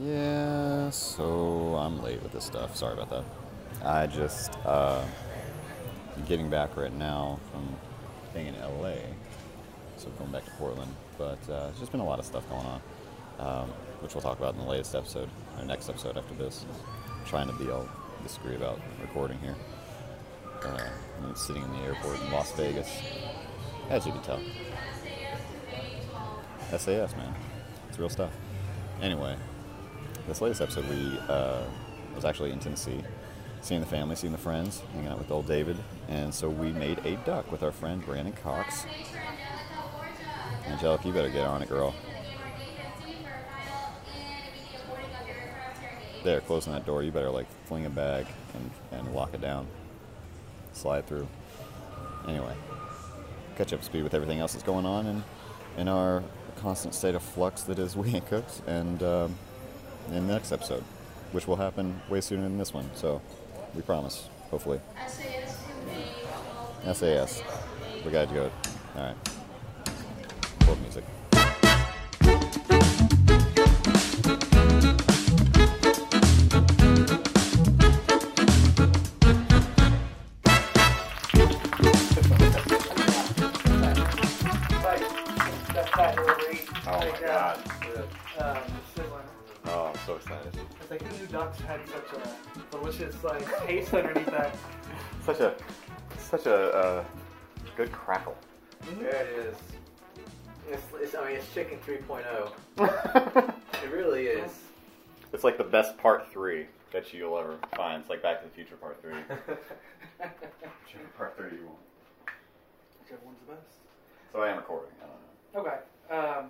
Yeah, so I'm late with this stuff. Sorry about that. I just uh, I'm getting back right now from being in LA, so I'm going back to Portland. But uh, there's just been a lot of stuff going on, um, which we'll talk about in the latest episode or next episode after this. I'm trying to be all discreet about recording here. Uh, I'm sitting in the airport in Las Vegas, as you can tell. SAS, man, it's real stuff. Anyway, this latest episode, we uh, was actually in Tennessee, seeing the family, seeing the friends, hanging out with old David, and so we made a duck with our friend Brandon Cox. Angelica, you better get on it, girl. There, closing that door. You better like fling a bag and, and lock it down, slide through. Anyway, catch up to speed with everything else that's going on and in our constant state of flux that is We Ain't Cooks, and um, in the next episode, which will happen way sooner than this one. So we promise, hopefully. SAS. We gotta do it. All right. World music. Oh my uh, God. Oh, I'm so excited. um, It's like who knew ducks had such a delicious like taste underneath that. Such a, such a uh, good crackle. There it is. It's, it's, I mean, it's Chicken 3.0. it's It really is. like the best part three that you'll ever find. It's like Back to the Future part three. part three you want. Whichever one's the best. So I am recording. I don't know. Okay. Um,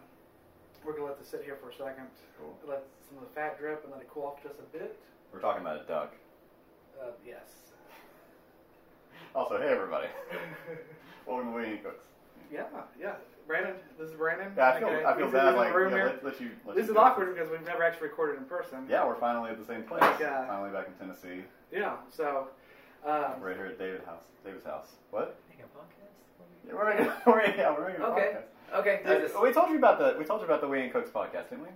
we're gonna let this sit here for a second. Cool. Let some of the fat drip and let it cool off just a bit. We're talking about a duck. Uh, yes. Also, hey everybody. Welcome to We Ain't Cooks. yeah, yeah. Brandon, this is Brandon. Yeah, I feel, Okay, I feel he's in bad. the Like, room you know, here. let, let you. Let this you is do it. awkward because we've never actually recorded in person. Yeah, we're finally at the same place. Like, uh, finally back in Tennessee. Yeah. So. Um, Right here at David house, David's house. What? Making a Yeah, we're making, we're, yeah, we're making a Okay. podcast. podcast? Okay. I just- Uh, we told you about the we told you about the Way and Cooks podcast, didn't we?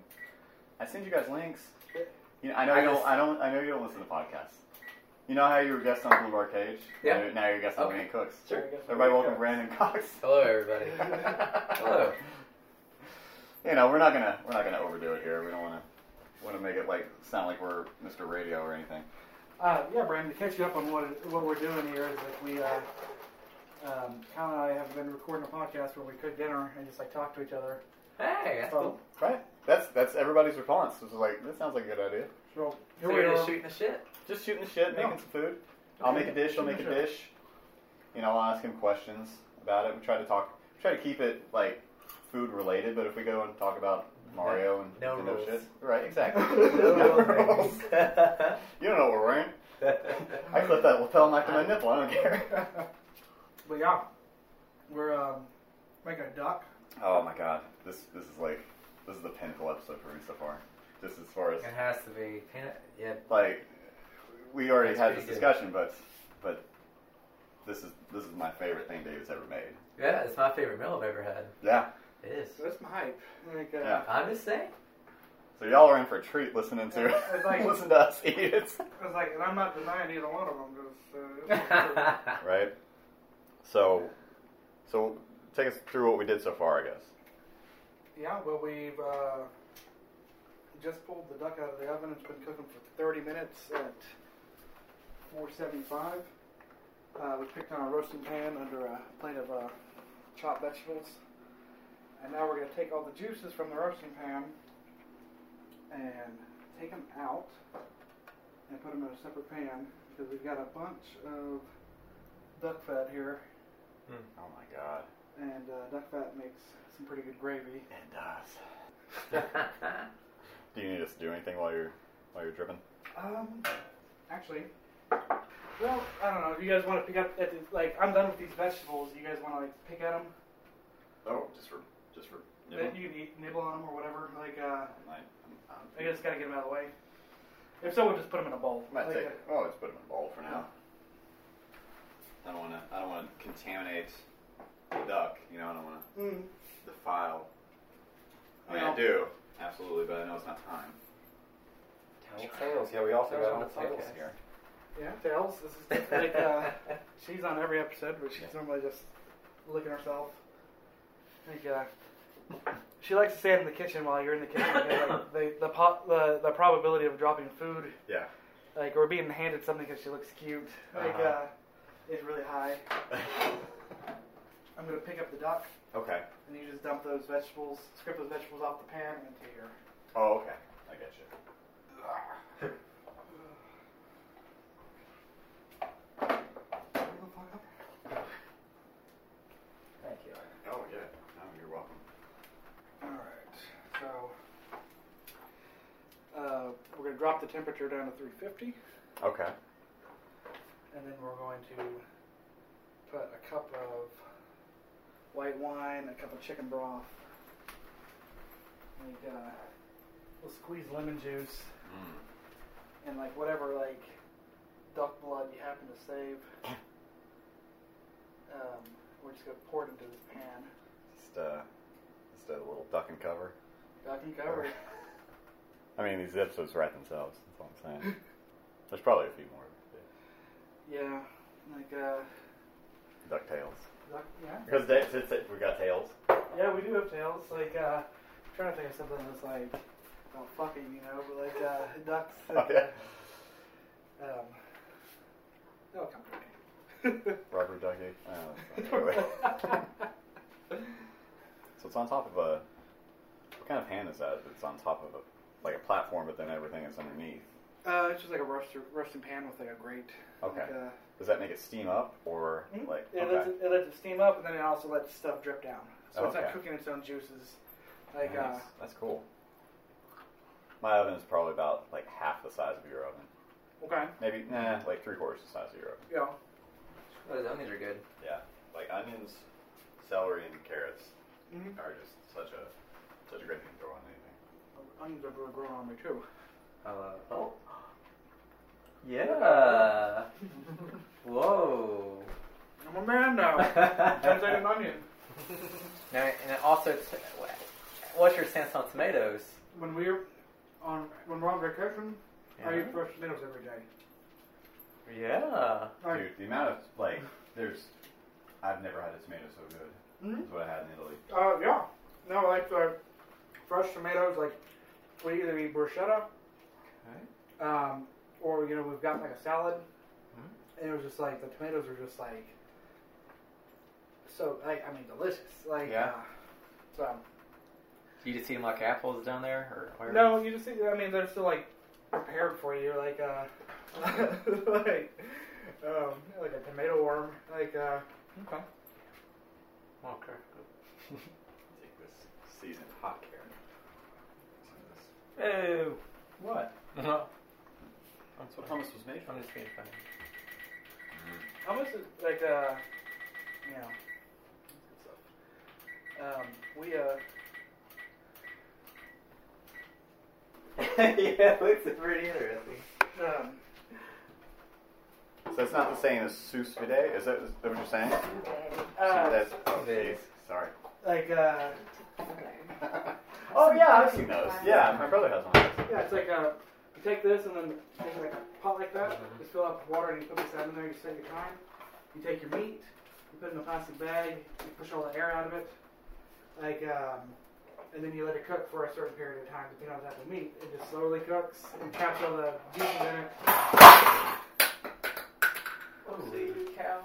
I send you guys links. You know, I know I you don't. just- I don't. I know you don't listen to podcasts. You know how you were guest on Blue Bar Cage? Yeah. Now you're- Now you're guest on Okay. Way and Cooks. Sure. Everybody, welcome Brandon Cox. Hello, everybody. Hello. You know, we're not gonna we're not gonna overdo it here. We don't want to want to make it like sound like we're Mr. Radio or anything. Uh, yeah, Brandon, to catch you up on what what we're doing here is like we, uh, um, Kyle and I have been recording a podcast where we cook dinner and just like talk to each other. Hey, that's cool. Right. That's that's everybody's response. This is like that sounds like a good idea. So, here So we we're are. just shooting the shit. Just shooting the shit, Yeah. making some food. I'll Okay. make a dish. I'll make a Sure. dish. You know, I'll ask him questions about it. We try to talk. We try to keep it like food related, but if we go and talk about Mario and No Nintendo rules. shit, right? Exactly. No rules. You don't know what we're wearing. I clip that lapel knife to my nipple. I don't care. But yeah, we're um, making a duck. Oh my god, this this is like this is the pinnacle episode for me so far. Just as far as it has to be peanut. Yeah. like we already That's had this pretty good. discussion, but but this is this is my favorite thing David's ever made. Yeah, it's my favorite meal I've ever had. Yeah. It is. So that's my hype. Like, uh, Yeah. I'm just saying. So y'all are in for a treat listening to Yeah, it's like- listen to us eat it. I was like, and I'm not denying either one of them. Just, uh, yeah, Right. So, so take us through what we did so far, I guess. yeah, well, we've uh, just pulled the duck out of the oven. It's been cooking for 30 minutes at 475. Uh, we picked on a roasting pan under a plate of uh, chopped vegetables. And now we're going to take all the juices from the roasting pan and take them out and put them in a separate pan because we've got a bunch of duck fat here. Oh my god, And uh, duck fat makes some pretty good gravy. it does. Do you need us to do anything while you're while you're dripping? Um, actually, well, I don't know. If you guys want to pick up at the, like, I'm done with these vegetables. You guys want to like pick at them? Oh, just for just for. Then you can eat, nibble on them or whatever. Like, uh, might, I just gotta get them out of the way. If so, we'll just put them in a bowl. Like, take. uh, Oh, let's put them in a bowl for now. I don't want to. I don't want to contaminate the duck. You know, I don't want mm, to defile. I mean, I No. do absolutely, but I know it's not time. Old Tails. Yeah, we also Tails got on Old the Tails podcast. here. Yeah, Tails. This is just like uh, she's on every episode, but she's normally just licking herself. Like uh, she likes to stand in the kitchen while you're in the kitchen. because, like, the the, po- the the probability of dropping food, Yeah. like or being handed something because she looks cute, like Uh-huh. uh, is really high. I'm gonna pick up the duck, okay. and you just dump those vegetables, scrape those vegetables off the pan into your. Oh, okay. I get you. Thank you. Oh, yeah. No, you're welcome. All right, so uh, we're gonna drop the temperature down to 350. Okay. And then we're going to put a cup of white wine, a cup of chicken broth. Like, uh, we'll squeeze lemon juice Hmm. and like whatever like duck blood you happen to save. Um, we're just gonna pour it into this pan. Just uh, just a little duck and cover. Duck and cover. it. I mean, these episodes write themselves. That's all I'm saying. There's probably a few more. Yeah, like uh, Duck tails. duck, yeah. Because they, since they- we got tails. Yeah, we do have tails. Like, uh, I'm trying to think of something that's like, well, fucking, you know, but like, uh, ducks. Oh, yeah. Um, they'll come to me. Rubber ducky. Oh, that's not right. so it's on top of a. What kind of pan is that? It's on top of a like a platform, but then everything is underneath. uh, it's just like a roaster, roasting pan with like a grate. Okay. Hmm? Like, uh, Does that make it steam up or Mhm. like? it, lets okay. it, it lets it steam up, and then it also lets stuff drip down. So it's not Okay. cooking its own juices. Like, Nice. uh, that's cool. My oven is probably about like half the size of your oven. okay, Maybe nah, Mm-hmm. like three quarters the size of your oven. you know, Those onions are good. Yeah, like onions, celery, and carrots Mhm. are just such a such a great thing to throw on anything. onions are really growing on me too. I love it. Oh, Yeah. Whoa. I'm a man now. Turns out an onion. Now, and also, t- what's your stance on tomatoes? When we're on when we're on vacation, I eat fresh tomatoes every day. Yeah. Like, dude, the amount of like there's, I've never had a tomato so good. Mhm. That's what I had in Italy. Uh, yeah. No, like uh, fresh tomatoes, like we either eat bruschetta, um, or you know we've got like a salad, and it was just like the tomatoes are just like so. I, I mean, delicious. Like Yeah. uh, so. Do you just eat them like apples down there, or whatever? No, you just think, I mean, they're still like prepared for you, like uh, like um, like a tomato worm, like uh, Okay. Okay. Good. Take this seasoned hot carrot. Ew. What? I'm sorry. That's what hummus was made from. I'm just being funny. almost like uh, you know, um, we uh. yeah, it looks pretty interesting. Um, So it's not the same as sous vide. Is that, is that what you're saying? uh, That's- oh, It is. geez, Sorry. like uh, oh yeah, I've seen those. Yeah, my brother has one. of those. yeah, it's like uh, you take this and then take like a pot like that, just fill up with water and you put the salmon in there. You set your time. You take your meat, you put it in a plastic bag, you push all the air out of it, like um, and then you let it cook for a certain period of time, depending on the type of meat. It just slowly cooks and traps all the juices in it. Holy cow.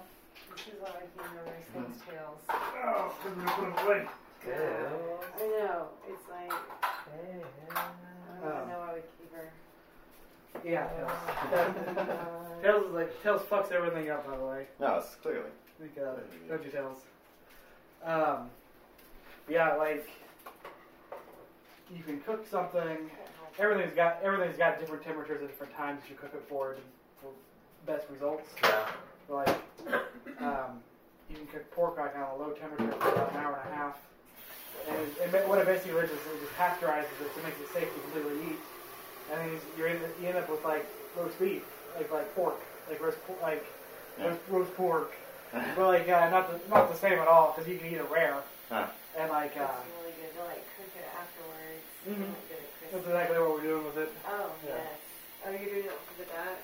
This is why I can't remember his things Mm-hmm. tails. Oh, I'm gonna put them away. cow. I know. It's like, I don't Oh. even know I would keep her. Yeah, tails. tails is like tails fucks everything up. By the way. No, it's clearly. Like, uh, no details. Um, yeah, like you can cook something. Everything's got everything's got different temperatures at different times you cook it for to, for best results. Yeah. Like, um, you can cook pork like on a low temperature for about an hour and a half. And it, it, what it basically is is it just pasteurizes it to make it safe to completely eat. And then you- you're in, you end up with like roast beef, like like pork, like roast por- like Yeah. roast, roast pork. But like uh, not the not the same at all because you can eat it rare Huh. and like uh, It's really good to like cook it afterwards. Mhm. Like, get it that's crispy. exactly what we're doing with it. Oh, Yeah. yes. you're doing it for the duck.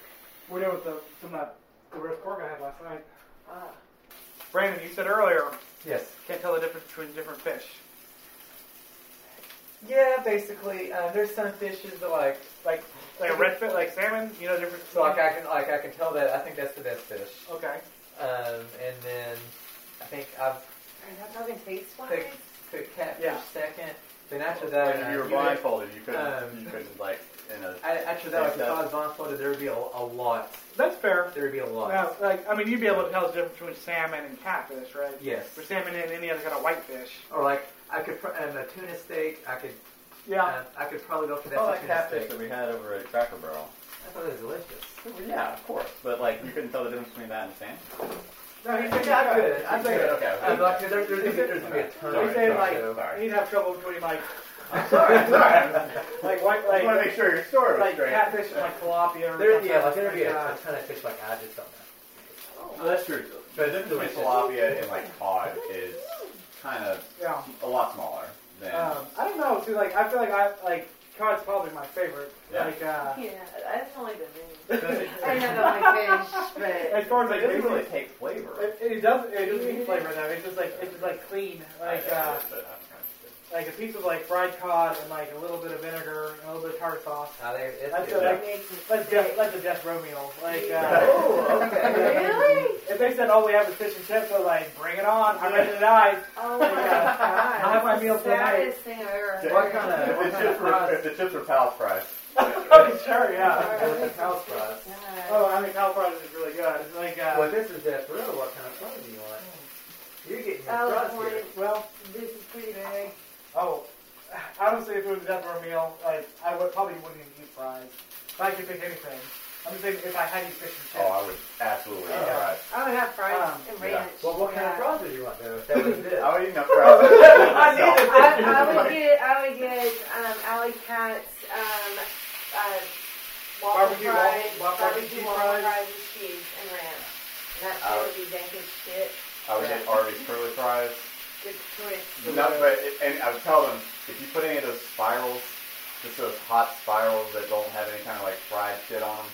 We're doing with the some of that the roast pork I had last night. Ah. Brandon, you said earlier Yes. can't tell the difference between different fish. Yeah, basically, uh, there's some fishes that like, Like like a red fish, like salmon. You know the difference. so like I can like I can tell that I think that's the best fish. Okay. Um, and then I think I've Are not talking taste wise? picked, picked catfish Yeah. second. Then after that, and uh, if you were you would- blindfolded, you couldn't, um, you couldn't like in a. I, actually, that, like, if Yeah. I was blindfolded, there would be a, a lot. That's fair. There would be a lot. Now, like I mean, you'd be able to tell the difference between salmon and catfish, right? Yes. For salmon and any other kind of whitefish. Or like, I could pr- and a tuna steak. I could, uh, I could probably go for that. Oh, tuna that catfish steak. that we had over at Cracker Barrel. I thought it was delicious. Yeah, of course. But like, you couldn't tell the difference between that and sand. No, he's saying I could. I could. could. Okay, okay. I'm like, Um, there- there's, gonna be- there's gonna be a ton. Sorry, of saying, stuff, like- so- Sorry. You'd have trouble between like I'm sorry. I'm sorry. like I want white to like make sure your story was like straight. catfish and like tilapia. or There, something. yeah, like there'd be a, Yeah. a ton of fish like I just don't know. Oh, that's true. But the difference between tilapia and like cod is kind of Yeah. a lot smaller than. Um, I don't know. See, like I feel like I like cod's probably my favorite. Yeah. Like uh, Yeah, that's only the Doesn't- name. I know about my fish, but as far as it like doesn't really it, take flavor. it, it does it doesn't need flavor though. It's just like it's just like clean. Like uh, like a piece of like fried cod and like a little bit of vinegar and a little bit of tartar sauce. Now they, it's, That's it's, a- Yeah. it makes me Like death, sick. like the death row meal. Like uh, oh, okay. Really? if they said all we have is fish and chips, I'm like bring it on. I'm ready to die. Oh my Yeah. god. I'll have my meal That's the tonight. Saddest thing I've ever heard. What kind of- If the, kind of chips were, fries? if the chips were pal fries, oh sure, yeah. Alright. House fries. God. Oh, I mean, Cal Fries is really good. It's like uh, Well, this is death row. What kind of fries do you want? You're getting your Oh, fries boy. here. well, This is pretty big. oh, honestly, if it was a death row meal, like I would probably wouldn't even eat fries. If I could pick anything, I'm just saying if I had to eat fish and chips. oh, I would absolutely eat Yeah. fries. I would have fries Um, and yeah. ranch. Well, what kind of Yeah. fries do you want though? If that was it. I would eat enough fries. I I need I, I would get I would get um, Alley Cat's um, uh, waffle Barbecue fries, waffle- barbecue barbecue waffle fries. fries with cheese and ranch. And that shit would be dank as shit. I would get Arby's curly fries. Good choice. No, but it, and I would tell them if you put any of those spirals, just those hot spirals that don't have any kind of like fried shit on them,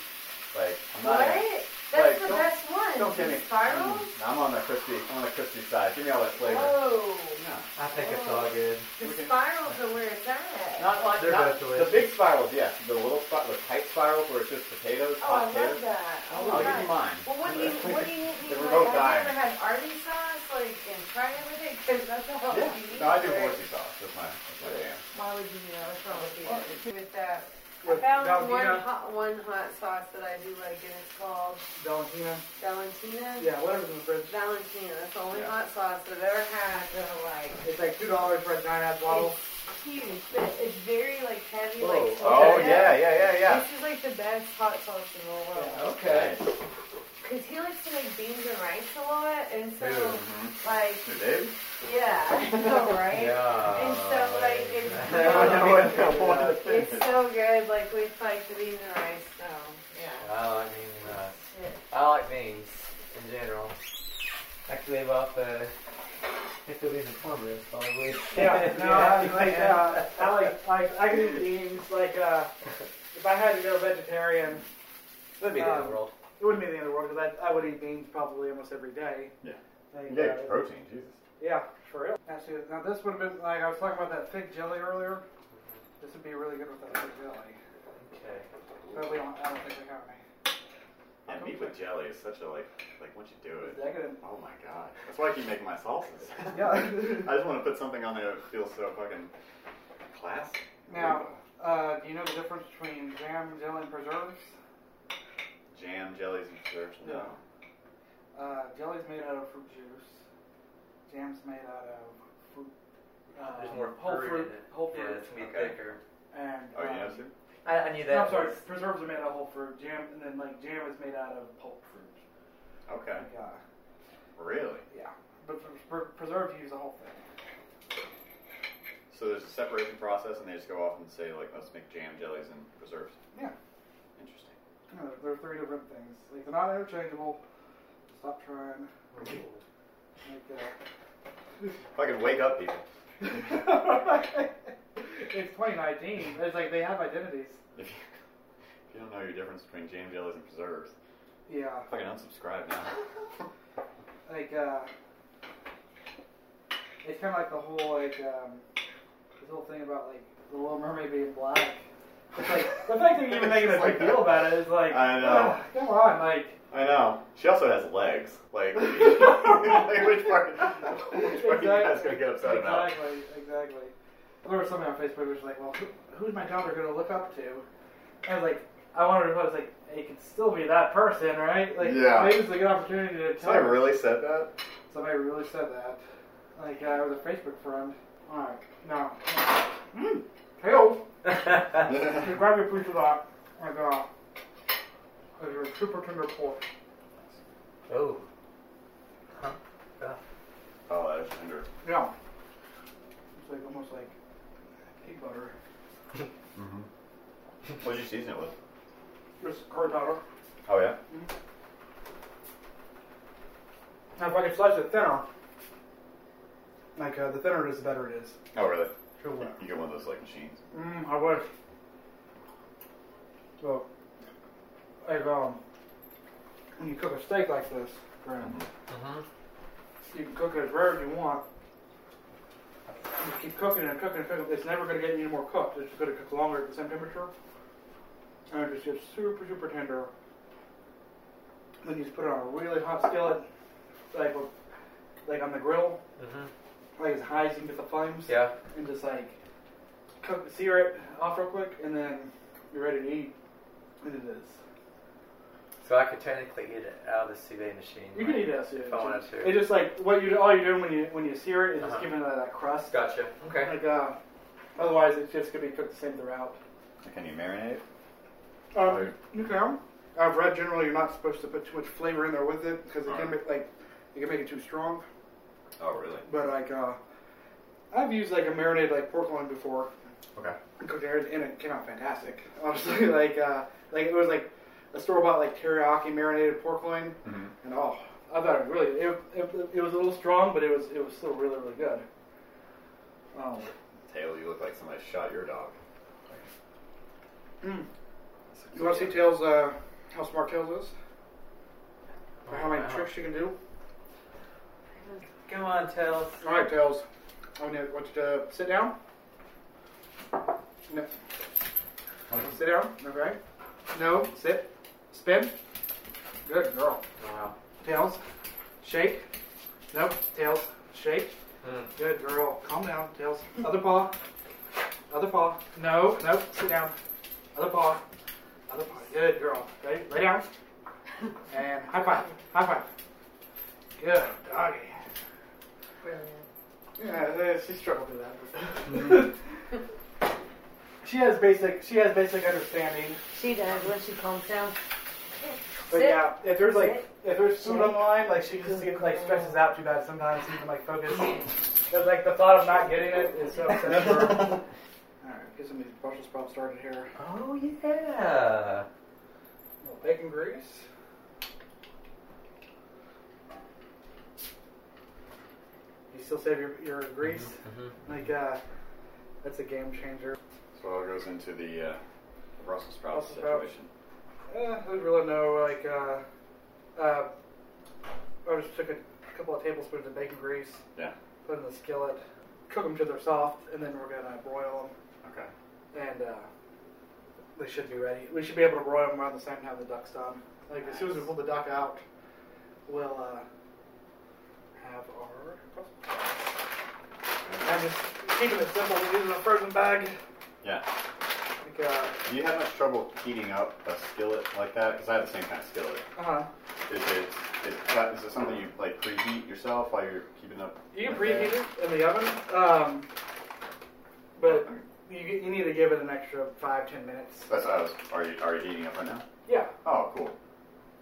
like I'm not. What? even- That's Like, the don't- best one. don't get me- Spiral? Mm, I'm on the crispy. I'm on the crispy side. Give me all that flavor. Oh. No. I think it's all good. The We can- spirals are where it's at. Not like They're not, both the delicious. big spirals, yes. The little spot, the tight spirals where it's just potatoes, oh, I hot love potatoes. that. Oh, I'll give my you God. mine. Well, what do you, what do you need? They were like, both have dying. you ever had Arby sauce, like, and tried everything? Because that's the whole Yeah. you need. No, I do for it. horsey sauce. That's my, that's my jam. Why would you know? What's wrong with you? With that. I With found one Valentina, hot, one hot sauce that I do like, and it's called Valentina, Valentina. yeah, whatever's in the fridge. Valentina. That's the only Yeah. hot sauce that I've ever had that I like. It's like two dollars for a nine ounce bottle. It's huge, but it's very like heavy, Whoa. like. Oh soda. yeah, yeah, yeah, yeah. This is like the best hot sauce in the whole world. Okay. Nice. Cause he likes to make beans and rice a lot, and so Ooh. like Sure did. yeah, I know, right? Yeah. And so, like, it's- It's so good, like with like the beans and rice. So yeah, Well, I mean, uh, shit. I like beans in general. I could live off uh, pickle beans and cornbread probably. Yeah, no, I mean, like, uh, I like, like, I could eat beans. Like, uh, if I had to go vegetarian, That'd be the um, end world. it wouldn't be the end of the world because I, I would eat beans probably almost every day. Yeah. Like, You uh, get protein, Jesus. Yeah, for real. Actually, now this would have been like I was talking about that fig jelly earlier. This would be really good with that fig jelly, Okay. but we don't. I don't think we have any. And meat with jelly is such a like, like once you do It's it, decadent. oh my god. That's why I keep making my salsas. Yeah. I just want to put something on there that feels so fucking classy. Now, uh, do you know the difference between jam, jelly, and preserves? jam, jellies, and preserves. No. Uh, jelly's made out of fruit juice. Jam's made out of fruit. Uh, There's more whole fruit fruit, in it. whole Yeah, fruit, it's gonna be Okay. thicker. and Oh, you um, know, sir? I, I knew that. no, I'm sorry. was- Preserves are made out of whole fruit. Jam, and then like jam is made out of pulp fruit. Okay. Like, uh, Really? yeah, but for, for preserve you use the whole thing. So there's a separation process, and they just go off and say like, let's make jam, jellies, and preserves. Yeah. Interesting. No, they're three different things. Like they're not interchangeable. Stop trying. Like, If I could wake up people. uh, it's 2019. It's like they have identities. If you, If you don't know your difference between jam jellies and preserves, Yeah, fucking unsubscribe now. like uh, it's kind of like the whole like um, this whole thing about like the Little Mermaid being black. It's like the fact that you're even making a big deal about it is like I know. ah, come on, like I know. She also has legs. Like, like, which part? Which part are you guys gonna get upset about? Exactly, exactly. There was something on Facebook which was like, well, who, who's my daughter going to look up to? And I was like, I wondered if I was like, it could still be that person, right? Like, Yeah. maybe it's a good opportunity to tell. Somebody her. really said that? Somebody really said that. Like, uh, I was a Facebook friend. Alright, no. Mm. Hello. Oh. You grab your piece of that. And, uh, there's your super tender pork. oh. Huh. Yeah. oh, that is tender. Yeah. It's like almost like pig butter. Mm-hmm. What'd you season it with? Just curry powder. Oh yeah. Now, if I could slice it thinner, like uh, the thinner it is, the better it is. Oh really? Sure will. You get one of those like machines. Mm, I wish. So, like, um, when you cook a steak like this, Graham, Mhm. you can cook it as rare as you want. You keep cooking and cooking and cooking. It's never going to get any more cooked. It's going to cook longer at the same temperature. And it just gets super, super tender. Then you just put it on a really hot skillet, like, with- like on the grill, Mhm. like as high as you can get the flames Yeah. and just like cook, sear it off real quick, and then you're ready to eat. And it is. So I could technically eat it out of the sous vide machine. You can eat it as soon. If I wanted to. It's just like what you all you're doing when you when you sear it is Oh, Uh-huh. just giving it that crust. Gotcha. Okay. Like uh, otherwise it's just gonna be cooked the same throughout. Can you marinate? it? Um, you can. I've read generally you're not supposed to put too much flavor in there with it because it can Alright. make like it can make it too strong. Oh really? But like uh, I've used like a marinated like pork loin before, Okay. cooked and everything, and it came out fantastic. Honestly, like uh, like it was like a store bought like teriyaki marinated pork loin, Mm-hmm. and oh, I thought it really it, it, it was a little strong, but it was it was still really really good. Um, Tail, you look like somebody shot your dog. mm. you want to see Tails uh, how smart Tails is, or how many Wow. tricks you can do? Come on, Tails. All right, Tails, I want you want you to uh, sit down. No, sit down. Okay. No, sit. Spin. Good girl. Wow. Tails, shake. Nope. Tails, shake. Mm. Good girl. Calm down, Tails. Other paw. Other paw. No. Nope. Sit down. Other paw. Other paw. Good girl. Ready? Lay down. And high five. High five. Good doggy. Brilliant. Yeah, she struggled with that. she has basic. She has basic understanding. She does when she calms down. But Sit. yeah, if there's like if there's food Sit. on the line, like she just gets, like stresses out too bad sometimes, even like focus. 'Cause, like the thought of not getting it is so upsetting for her. All right, get some of these Brussels sprouts started here. Oh yeah. A little bacon grease. You still save your, your grease? Mhm. Like uh, that's a game changer. So it all goes into the uh, Brussels sprouts Brussels sprouts. situation. Uh, there's really no like. Uh, uh, I just took a couple of tablespoons of bacon grease. Yeah. Put in the skillet, cook them till they're soft, and then we're gonna broil Okay. them. And uh, they should be ready. We should be able to broil them around the same time the duck's done. Like as soon as we pull the duck out, we'll uh, have our. I'm just keeping it simple. We're using a frozen bag. Yeah. Like, uh Do you have much trouble heating up a skillet like that? Because I have the same kind of skillet. huh. Is it is that is it something you like preheat yourself while you're keeping up? You can like preheat that? it in the oven, um, but you, you need to give it an extra five ten minutes. That's what I was. Are you are you heating up right now? Yeah, Oh, cool.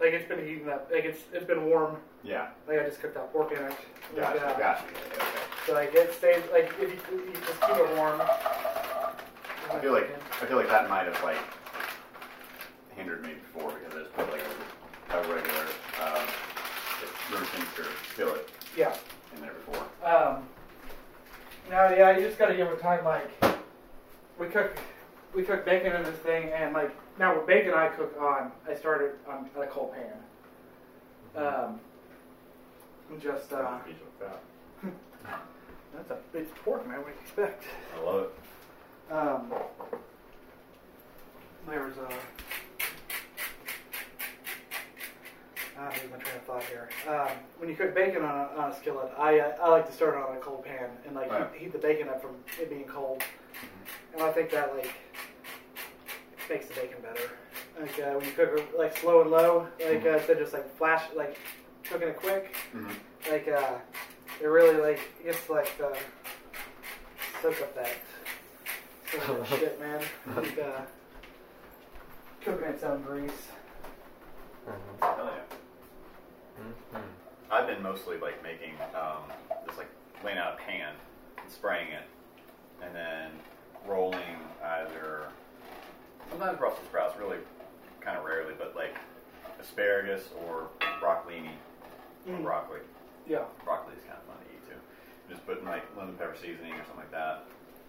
like it's been heating up, like it's it's been warm. Yeah. Like I just cooked that pork in it. Gotcha. Like, uh, Gotcha. Okay, okay. So like it stays like if you, you just keep it warm. I feel like I feel like that might have like hindered me before because I just put like a, a regular um, room temperature skillet yeah. in there before. Um, now yeah, you just gotta give it time. Like we cook we cook bacon in this thing, and like now with bacon I cook on, I started on a cold pan. Um, I'm just uh, Piece of crap. that's a it's pork, man. What do you expect? I love it. Um, there was a. Ah, here's my train of thought here. Um, when you cook bacon on a, on a skillet, I uh, I like to start it on a cold pan and like Right. heat, heat the bacon up from it being cold, and I think that like makes the bacon better. Like uh, when you cook it like slow and low, like uh, instead of just like flash like cooking it quick, Mhm. like uh, it really like gets like uh, soak up that soak up that shit, man. Like uh, cooking its own grease. Mm-hmm. Hell yeah. I've been mostly like making um, just like laying out a pan and spraying it, and then rolling either sometimes Brussels sprouts, really kind of rarely, but like asparagus or broccolini or Mm. broccoli. Yeah. Broccoli is kind of fun to eat too. Just putting like lemon pepper seasoning or something like that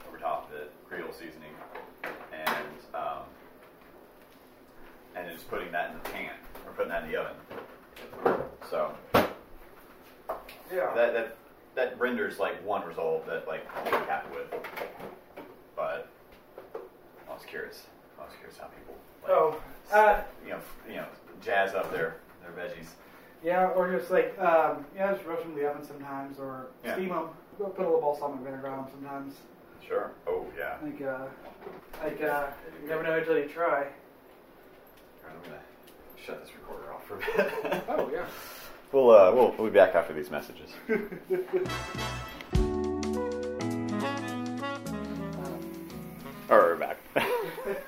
over top of it, Creole seasoning, and um, and then just putting that in the pan or putting that in the oven. So Yeah. that that that renders like one result that like I'm really happy with. But I was curious. I was curious how people like oh. Uh, you know you know jazz up their their veggies. yeah, or just like um, yeah, just roast them in the oven sometimes, or Yeah. steam them. Put a little balsamic vinegar on them sometimes. Sure. Oh yeah. Like uh, like uh, you never know until you try. Alright, I'm gonna shut this recorder off for a bit. Oh yeah. We'll, uh, we'll we'll be back after these messages. or we're back. oh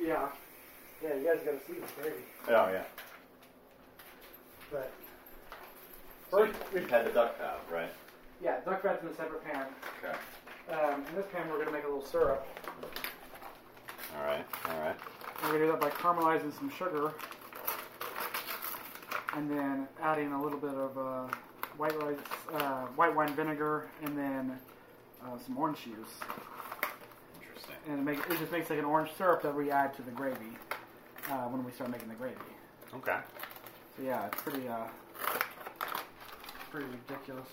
yeah. Yeah, you guys gotta see this baby. yeah. But So you- we've had the duck out, right? yeah, duck fat's in a separate pan. Okay. Um, in this pan, we're gonna make a little syrup. All right. All right. We're gonna do that by caramelizing some sugar and then adding a little bit of uh, white rice, uh, white wine vinegar, and then uh, some orange juice, Interesting. and it, make, it just makes like an orange syrup that we add to the gravy uh, when we start making the gravy. Okay. So yeah, it's pretty, uh, pretty ridiculous.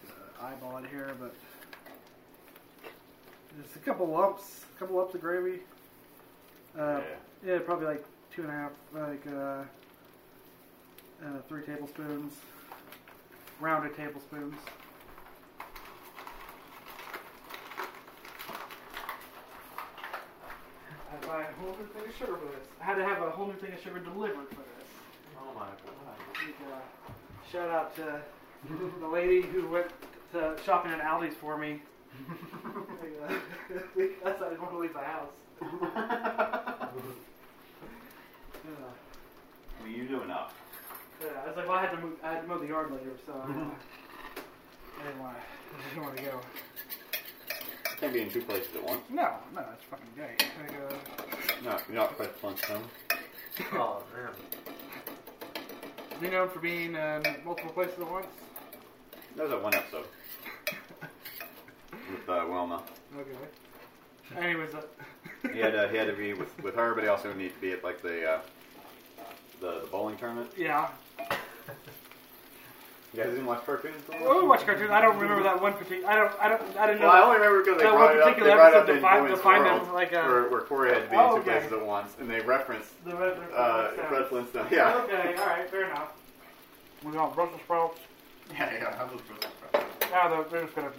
Just gonna Eyeball it uh, here, but there's a couple lumps, a couple lumps of gravy. Uh, yeah. probably like two and a half, like uh, uh, three tablespoons, rounded tablespoons. I had to buy a whole new thing of sugar for this. I had to have a whole new thing of sugar delivered for this. Oh my god. Like, uh, shout out to the lady who went to shopping at Aldi's for me. Like, uh, because I didn't want to leave the house. Yeah. Well, you do enough. Yeah, I was like, well, I had to move, I had to move the yard later, so uh, I didn't wanna- I didn't want to, I didn't want to go. Can't be in two places at once. No, no, it's fucking gay. Like, uh, No, you're not quite Flintstone. Oh man. be known for being in multiple places at once. That was that one episode with uh, Wilma. Okay. Anyways, uh, He had uh, he had to be with, with her, but he also needed to be at like the uh, the, the bowling tournament. yeah. You guys didn't watch cartoons? Well, we watch cartoons. Oh, I don't remember that one particular. I don't. I don't. I didn't know. Well, I only remember because they That brought one it up. They particular brought it up episode in defined- Boy's defined them World, like a- where, where Corey had to be Oh, in two okay. places at once, and they referenced the red. the- uh, the- Fred Flintstone. Yeah. Okay. All right. Fair enough. We got Brussels sprouts. Yeah, yeah. That was Brussels sprouts. Now they're, they're just gonna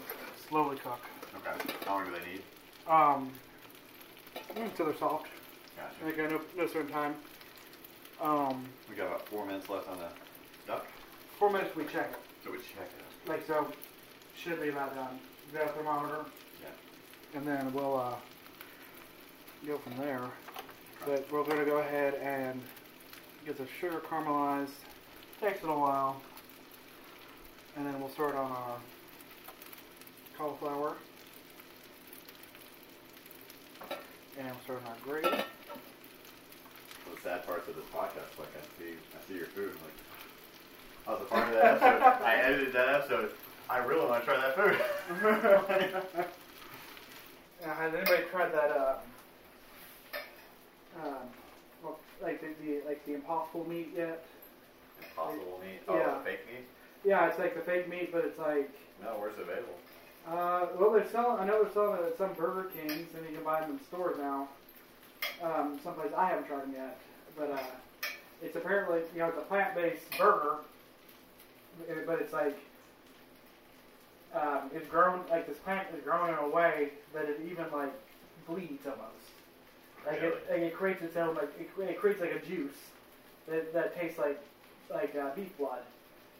slowly cook. Okay. How long do they need? Um, until they're soft. Gotcha. Like I know, no certain time. Um, We got about four minutes left on the duck, four minutes we check it. so we check it. Like so, should be about done. Get a thermometer, Yeah. and then we'll uh, go from there. But we're gonna go ahead and get the sugar caramelized. Takes it a while, and then we'll start on our cauliflower, and we'll start on our gravy. The sad parts of this podcast, like I see, I see your food, and like. I was a part of that episode. I edited that episode. I really want to try that food. Now, has anybody tried that? Uh, um, well, like the, the like the impossible meat yet? Possible meat. Oh, Yeah. the fake meat? Yeah, it's like the fake meat, but it's like No, where's it available? uh, well, they're selling. I know they're selling it at some Burger Kings, and you can buy them in stores now. Um, someplace I haven't tried them yet, but uh, it's apparently you know it's a plant-based burger, eh, but it's like um, it's grown like this plant is grown in a way that it even like bleeds almost. Like it, like it creates its own like it, it creates like a juice that, that tastes like like uh, beef blood.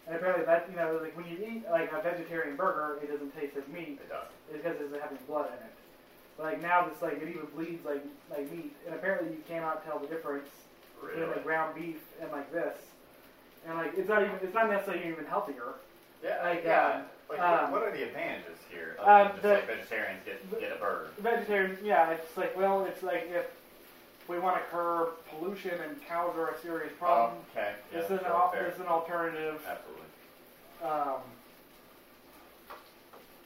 And apparently that you know like when you eat like a vegetarian burger, it doesn't taste like meat It does. it's because it doesn't have any blood in it. But like now, it's like it even bleeds like like meat, and apparently you cannot tell the difference between Really? like ground beef and like this. And like it's not even it's not necessarily even healthier. Yeah, Like, yeah. um, Like, um, what are the advantages here? um, Other than just the- like vegetarians get get a burger. Vegetarians, yeah, it's like well, it's like if we want to curb pollution and cows are a serious problem. Oh, okay. Yeah, this is an sure, al- fair. this is an alternative. Absolutely. Um,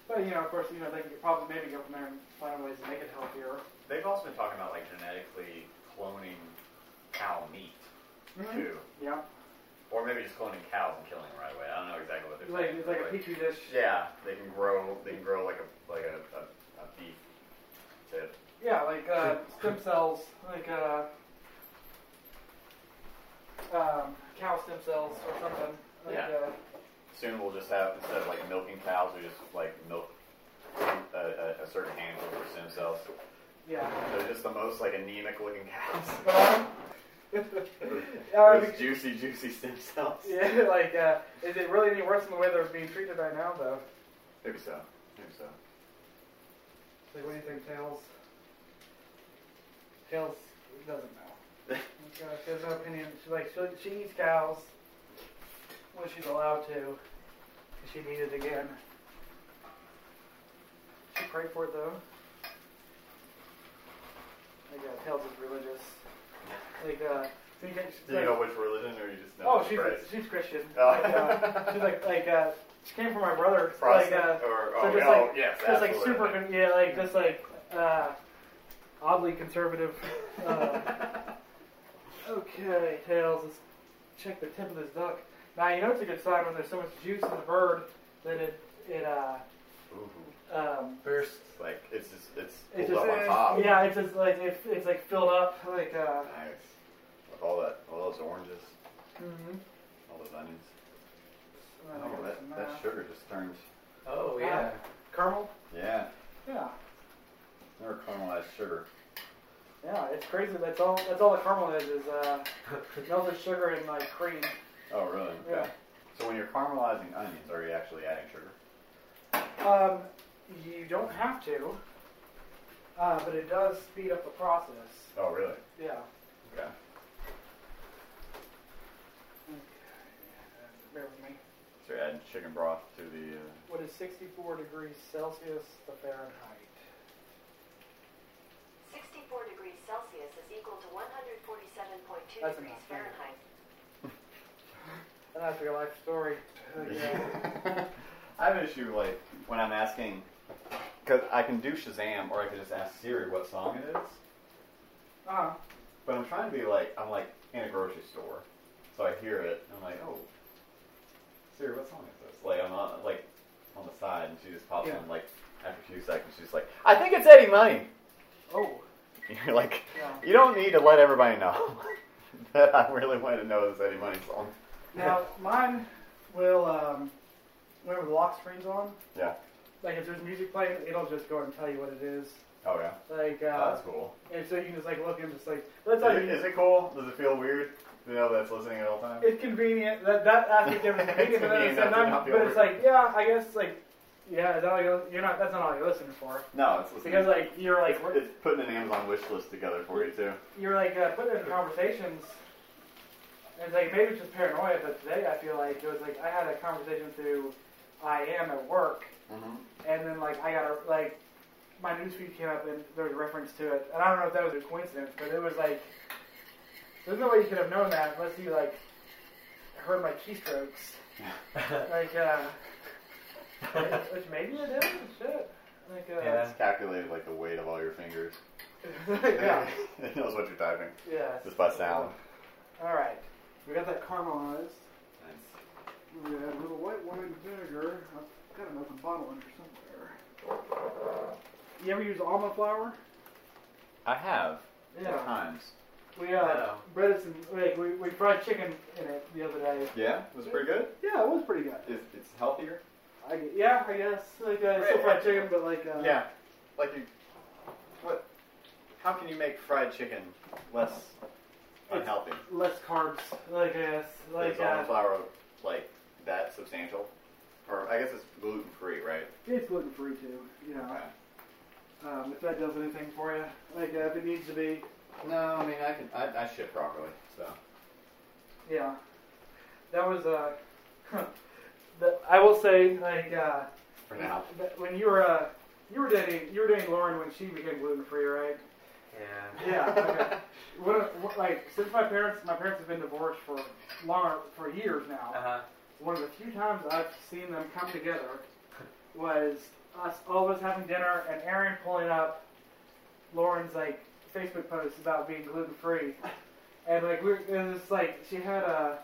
but you know, of course, you know they could probably maybe go from there and find ways to make it healthier. They've also been talking about like genetically cloning cow meat Mm-hmm. too, Yeah, or maybe just cloning cows and killing them right away. I don't know exactly what they're it's like saying, it's like but, a petri dish. Yeah, they can grow. They can grow like a like a, a, a beef tip. Yeah, like uh, stem cells, like uh, um, cow stem cells or something. Like, Yeah. Uh, Soon we'll just have instead of like milking cows, we just like milk a, a, a certain handful for stem cells. yeah. They're just the most like anemic looking cows. Um, yeah, I mean, Those juicy, juicy stem cells. yeah, like, uh, is it really any worse than the way they're being treated right now, though? Maybe so. Maybe so. Like, what do you think, Tails? Tails doesn't know. Like, uh, she has no opinion. She like she, she eats cows when she's allowed to. 'cause She needed it again. She prayed for it though. Like uh, Tails is religious. Like uh, so you can, she's Do you like, know which religion, or you just know? oh the she's phrase? she's Christian. Oh. Like, uh, she's like like uh, she came from my brother. Like uh, Protestant or so oh, just yeah, like- oh, yes, just like absolutely. super, con- yeah, like just like uh, oddly conservative. Uh, okay, tails. Let's check the tip of this duck. Now you know it's a good sign when there's so much juice in the bird that it it uh Ooh, um First, it's like it's just it's it pulled just uh, up on top. yeah it's just like it, it's like filled up like uh Nice. With all that, all those oranges, mm-hmm. all those onions. Oh, that, that sugar just turned. oh yeah, Uh, caramel Yeah, yeah never caramelized sugar. yeah it's crazy that's all that's all the caramel is is uh melted sugar and like cream Oh, really? Okay. Yeah. So when you're caramelizing onions, are you actually adding sugar? Um, you don't have to, uh, but it does speed up the process. Oh, really? Yeah. Okay. Bear with me. So you're adding chicken broth to the. Uh, What is 64 degrees Celsius to Fahrenheit? 64 degrees Celsius is equal to 147.2 That's degrees enough. Fahrenheit. And that's your life story. Okay. uh, I have an issue like when I'm asking, because I can do Shazam or I could just ask Siri what song it is. uh-huh. But I'm trying to be like I'm like in a grocery store, so I hear it and I'm like, oh, Siri, what song is this? Like I'm on like on the side and she just pops Yeah. in like after a few seconds she's like, I think it's Eddie Money. Oh, And you're like, yeah. you don't need to let everybody know that I really want to know this Eddie Money song. Now, mine will, um, whenever the lock screen's on, Yeah. like if there's music playing, it'll just go and tell you what it is. Oh yeah. Like, oh, uh, that's cool. and so you can just like look and just like, that's all Is you it, is it cool? Does it feel weird to know that's listening at all times? It's convenient. That that aspect of it is convenient, It's but, at the convenient same not to time- not be but able it's to- like yeah, I guess like yeah, is that all you're, you're not. That's not all you're listening for. No, it's listening. Because like you're like it's, it's putting an Amazon wish list together for you too. you're like uh, putting in conversations. And it's like maybe it's just paranoia, but today I feel like it was like I had a conversation through I am at work, Mm-hmm. and then like I got a like my newsfeed came up and there was a reference to it, and I don't know if that was a coincidence, but it was like there's no way you could have known that unless you like heard my keystrokes. Like, uh, Which maybe it is. Shit. Like, uh, Yeah. It's calculated like the weight of all your fingers. yeah. it knows what you're typing Yes. just by sound. All right. We got that caramelized. It's- We got a little white wine vinegar. I've got an open bottle in here somewhere. You ever use almond flour? I have at times. We uh, No. breaded some. Like, we we fried chicken in it the other day. Yeah, it was pretty good. Yeah, it was pretty good. It's, it's healthier. I gue- yeah, I guess like uh, still fried chicken, but like uh, Yeah, like you. What? How can you make fried chicken less unhealthy? less carbs. Like I guess like Is almond uh, flour like that substantial? Or I guess it's gluten free, right? it's gluten free too. You know, Okay. um, if that does anything for you, like uh, if it needs to be, No, I mean I can I, I shit properly, so yeah. That was uh, the, I will say like uh, for now. that when you were uh, you were dating you were dating Lauren when she became gluten free, right? Yeah. Yeah. Okay. what, what like since my parents my parents have been divorced for long for years now. Uh huh. one of the few times I've seen them come together was us all of us having dinner and Aaron pulling up Lauren's like Facebook post about being gluten free, and like we were, it was just, like she had a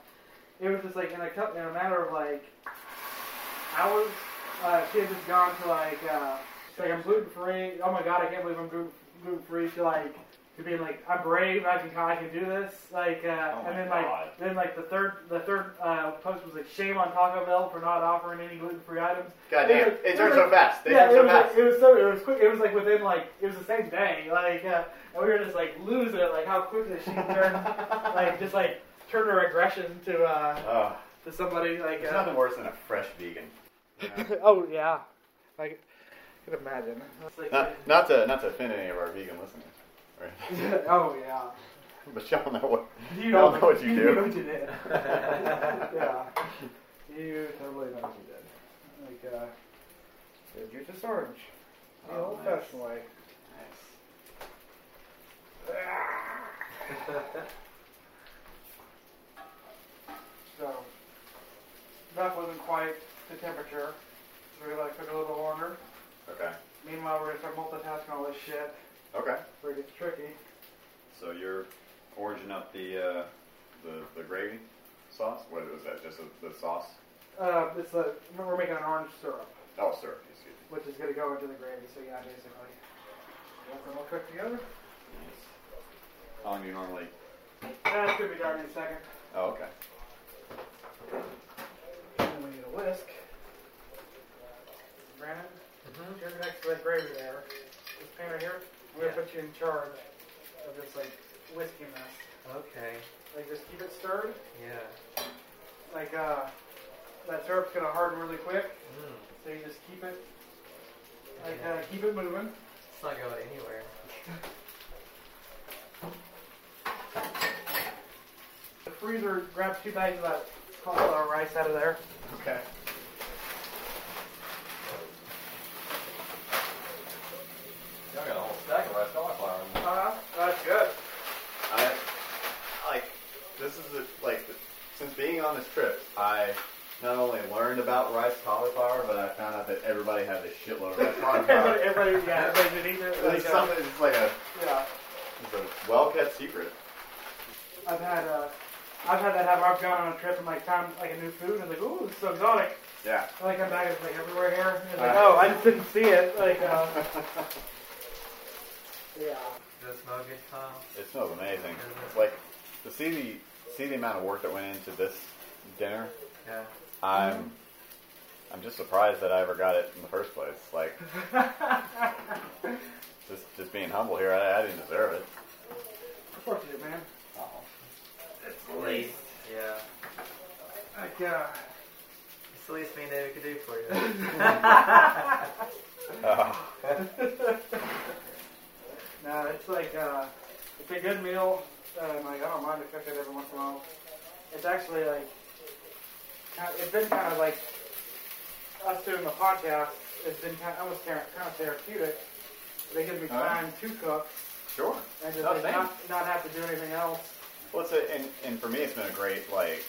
it was just like in a couple in a matter of like hours uh, she had just gone to like uh, she's like I'm gluten free oh my god I can't believe I'm gluten free she like to being like I'm brave I can I can do this like uh, Oh my and then God. like then like the third the third uh, post was like shame on Taco Bell for not offering any gluten free items God damn, It was- it turns so fast. They yeah, turn it so was, fast. like, it was so it was quick. It was like within like it was the same day. Like uh, and we were just like losing it. Like how quickly she turned like just like turned her aggression to uh oh, to somebody like there's uh, nothing worse than a fresh vegan. oh yeah, like I could imagine. It's like, Not, not to not to offend any of our vegan listeners, right? oh yeah, but y'all know what you Y'all know what you do. know what you did. yeah, you totally know what you did. Like uh, you did just orange the Oh, old nice. fashioned way. So that wasn't quite the temperature. So we like took a little longer. Okay. Meanwhile, we're gonna start multitasking all this shit. Okay. Where it gets tricky. So you're oranging up the uh, the, the gravy sauce. What was that? Just a, the sauce? Uh, it's a we're making an orange syrup, Oh, syrup. Excuse me. which is gonna go into the gravy. So yeah, basically, let them all cook together. How long do you normally? That's gonna be done in a second. Oh, okay. And then we need a whisk. Brandon, Mm-hmm. you're next to that gravy there. This pan right here, we're gonna put you in charge of this like whisking mess. Okay. Like just keep it stirred. Yeah. Like uh, that syrup's gonna harden really quick, Mm. so you just keep it. Like uh, keep it moving. It's not going anywhere. The freezer grabs two bags of that cauliflower rice out of there. Okay. Y'all got a whole stack of rice cauliflower. in there. Uh, that's good. I like this is the like the, since being on this trip, I not only learned about rice cauliflower, but I found out that everybody has a shitload of rice everybody, cauliflower. everybody, yeah, everybody should eat it. it's Like, uh, something. It's like a, yeah. it's a well-kept secret. I've had uh, I've had that happen. I've gone on a trip and like found like a new food and like, ooh, this is so exotic. Yeah. And I come back and it's like everywhere here. And it's like, Uh. oh, I just didn't see it. Like, uh, yeah, Does it smell good, Tom? It smells amazing. Like to see the see the amount of work that went into this dinner. Yeah. I'm I'm just surprised that I ever got it in the first place. Like just just being humble here, I, I didn't deserve it. of course you do, man. It's the least. Yeah. Like, uh, It's the least thing that we could do for you. Oh, no, it's like uh, it's a good meal. Um, like I don't mind to cook it every once in a while. It's actually like kind it's been kind of like us doing the podcast. It's been kind of, almost kind of therapeutic. They give me All right. Oh, time to cook. sure. and just No, like, same. not, not have to do anything else. Well, it's a, and, and for me, it's been a great like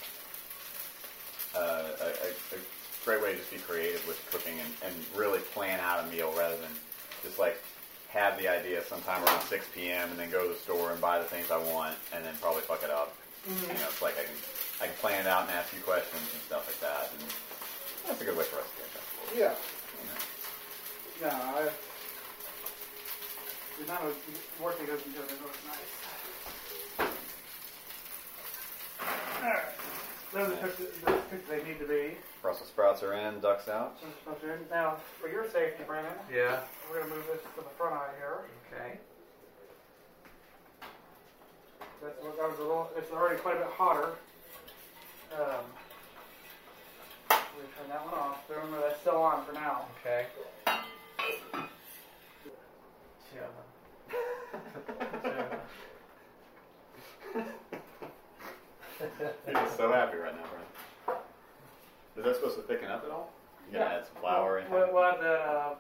uh, a, a, a great way to just be creative with cooking and, and really plan out a meal rather than just like have the idea sometime around 6 p.m. and then go to the store and buy the things I want and then probably fuck it up. You know, it's like I can I can plan it out and ask you questions and stuff like that. And that's a good way for us to get that. Yeah. No, I. The amount of work that goes into it is really nice. Alright. Those are the cooks, that- the cooks they need to be. Brussels sprouts are in, ducks out. Some stuff in. Now, for your safety, Brandon, Yeah. we're going to move this to the front eye here. Okay. That's what that was a little, it's already quite a bit hotter. Um, we turn that one off. Remember, that's still on for now. Okay. Chill. Chill. You're so happy right now, bro. Is that supposed to thicken up at all? You gotta Yeah. add some flour in. What, what, uh,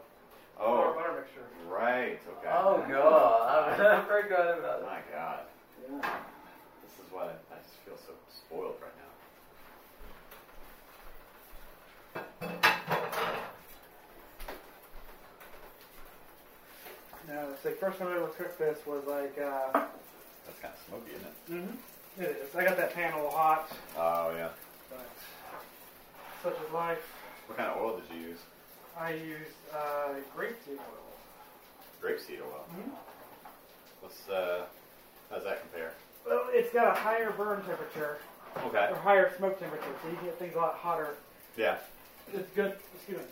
flour Oh, butter mixture. right. Okay. Oh god, I forgot about that. My God. Yeah. This is why I just feel so spoiled right now. No, it's like first time I ever cooked this was like, uh, That's kind of smoky, isn't it? Mm-hmm. it is. I got that pan a little hot, Oh, yeah. but such is life. What kind of oil did you use? I use uh, grapeseed oil. Grapeseed oil. Mhm. What's, uh, how does that compare? Well, it's got a higher burn temperature Okay. or higher smoke temperature, so you get things a lot hotter. Yeah. It's good. Excuse me.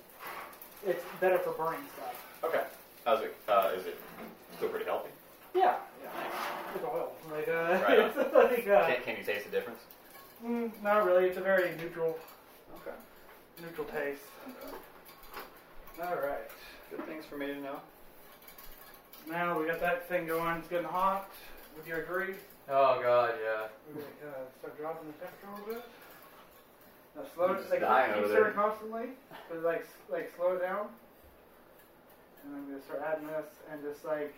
It's better for burning stuff. Okay. How's it, uh, is it still pretty healthy? Yeah. yeah. It's oil. Like, uh, Right on. it's like, uh, Can, can you taste the difference? mm, not really. It's a very neutral, Okay. neutral taste. All right. Good things for me to know. Now we got that thing going. It's getting hot. Would you agree? Oh god, yeah. We're gonna uh, start dropping the temperature a little bit. Now slow You're it. just Like dying keep over stirring there. constantly, but like s- like slow it down. And I'm gonna start adding this and just like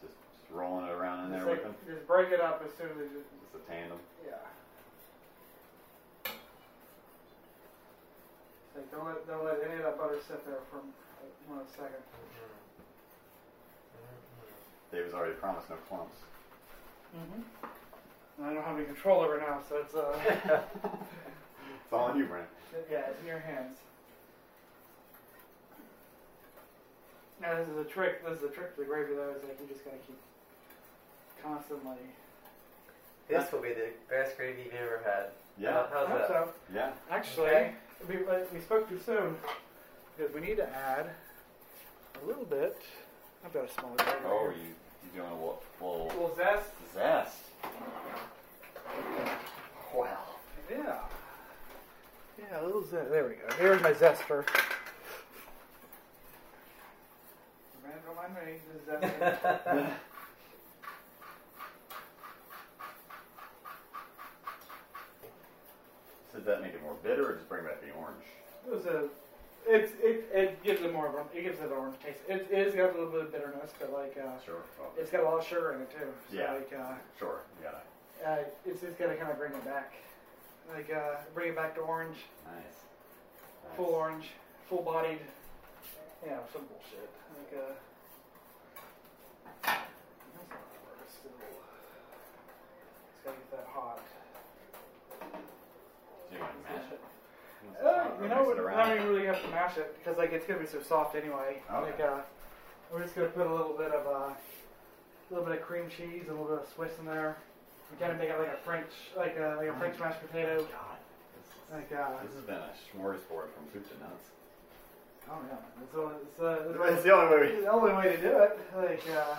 Just, just rolling it around in there just, with them. like, just break it up as soon as you It's a tandem. yeah. It's Like don't let don't let any of that butter sit there for like, one second. David's already promised no clumps. Mm-hmm. And I don't have any control over it now, so it's uh Mm-hmm. It's all on you, Brent. Yeah, it's in your hands. Now this is a trick. This is a trick to the gravy, though. Is like you just gotta keep constantly. This will be the best gravy you've ever had. Yeah. How- I hope How's that? so. Yeah. Actually, Okay. we, uh, we spoke too soon because we need to add a little bit. I've got a smaller gravy. Oh, here. you, you doing a wo- A whoa little zest. zest? Wow. Yeah. Yeah, a little zest. There we go. Here's my zester. Brandon, don't mind me. This is zester. So does that make it more bitter, or just bring back the orange? It was a. It's it it gives it more of a, it gives it an orange taste. It it has got a little bit of bitterness, but like uh, Sure. Well, it's got a lot of sugar in it too. So Yeah. Like uh, sure. You got it. uh it's it's gonna kind of bring it back, like uh, bring it back to orange, Nice. Nice. full orange, full bodied. Yeah, some bullshit. Like uh. that's not how it works, so. It's gotta get that hot. Do you want to mash it? Uh, Or you mix know, it we around? don't even really have to mash it because like it's gonna be so soft anyway. Okay. Like uh, we're just gonna put a little bit of uh, a little bit of cream cheese, a little bit of Swiss in there. We gotta make it like a French, like a like a French mashed Oh, potato. God, this, Like uh, is, this has been a smorgasbord from soup to nuts. oh yeah, it's the only- it's, uh, it's, like, the only way it's the only way to do it. Like uh,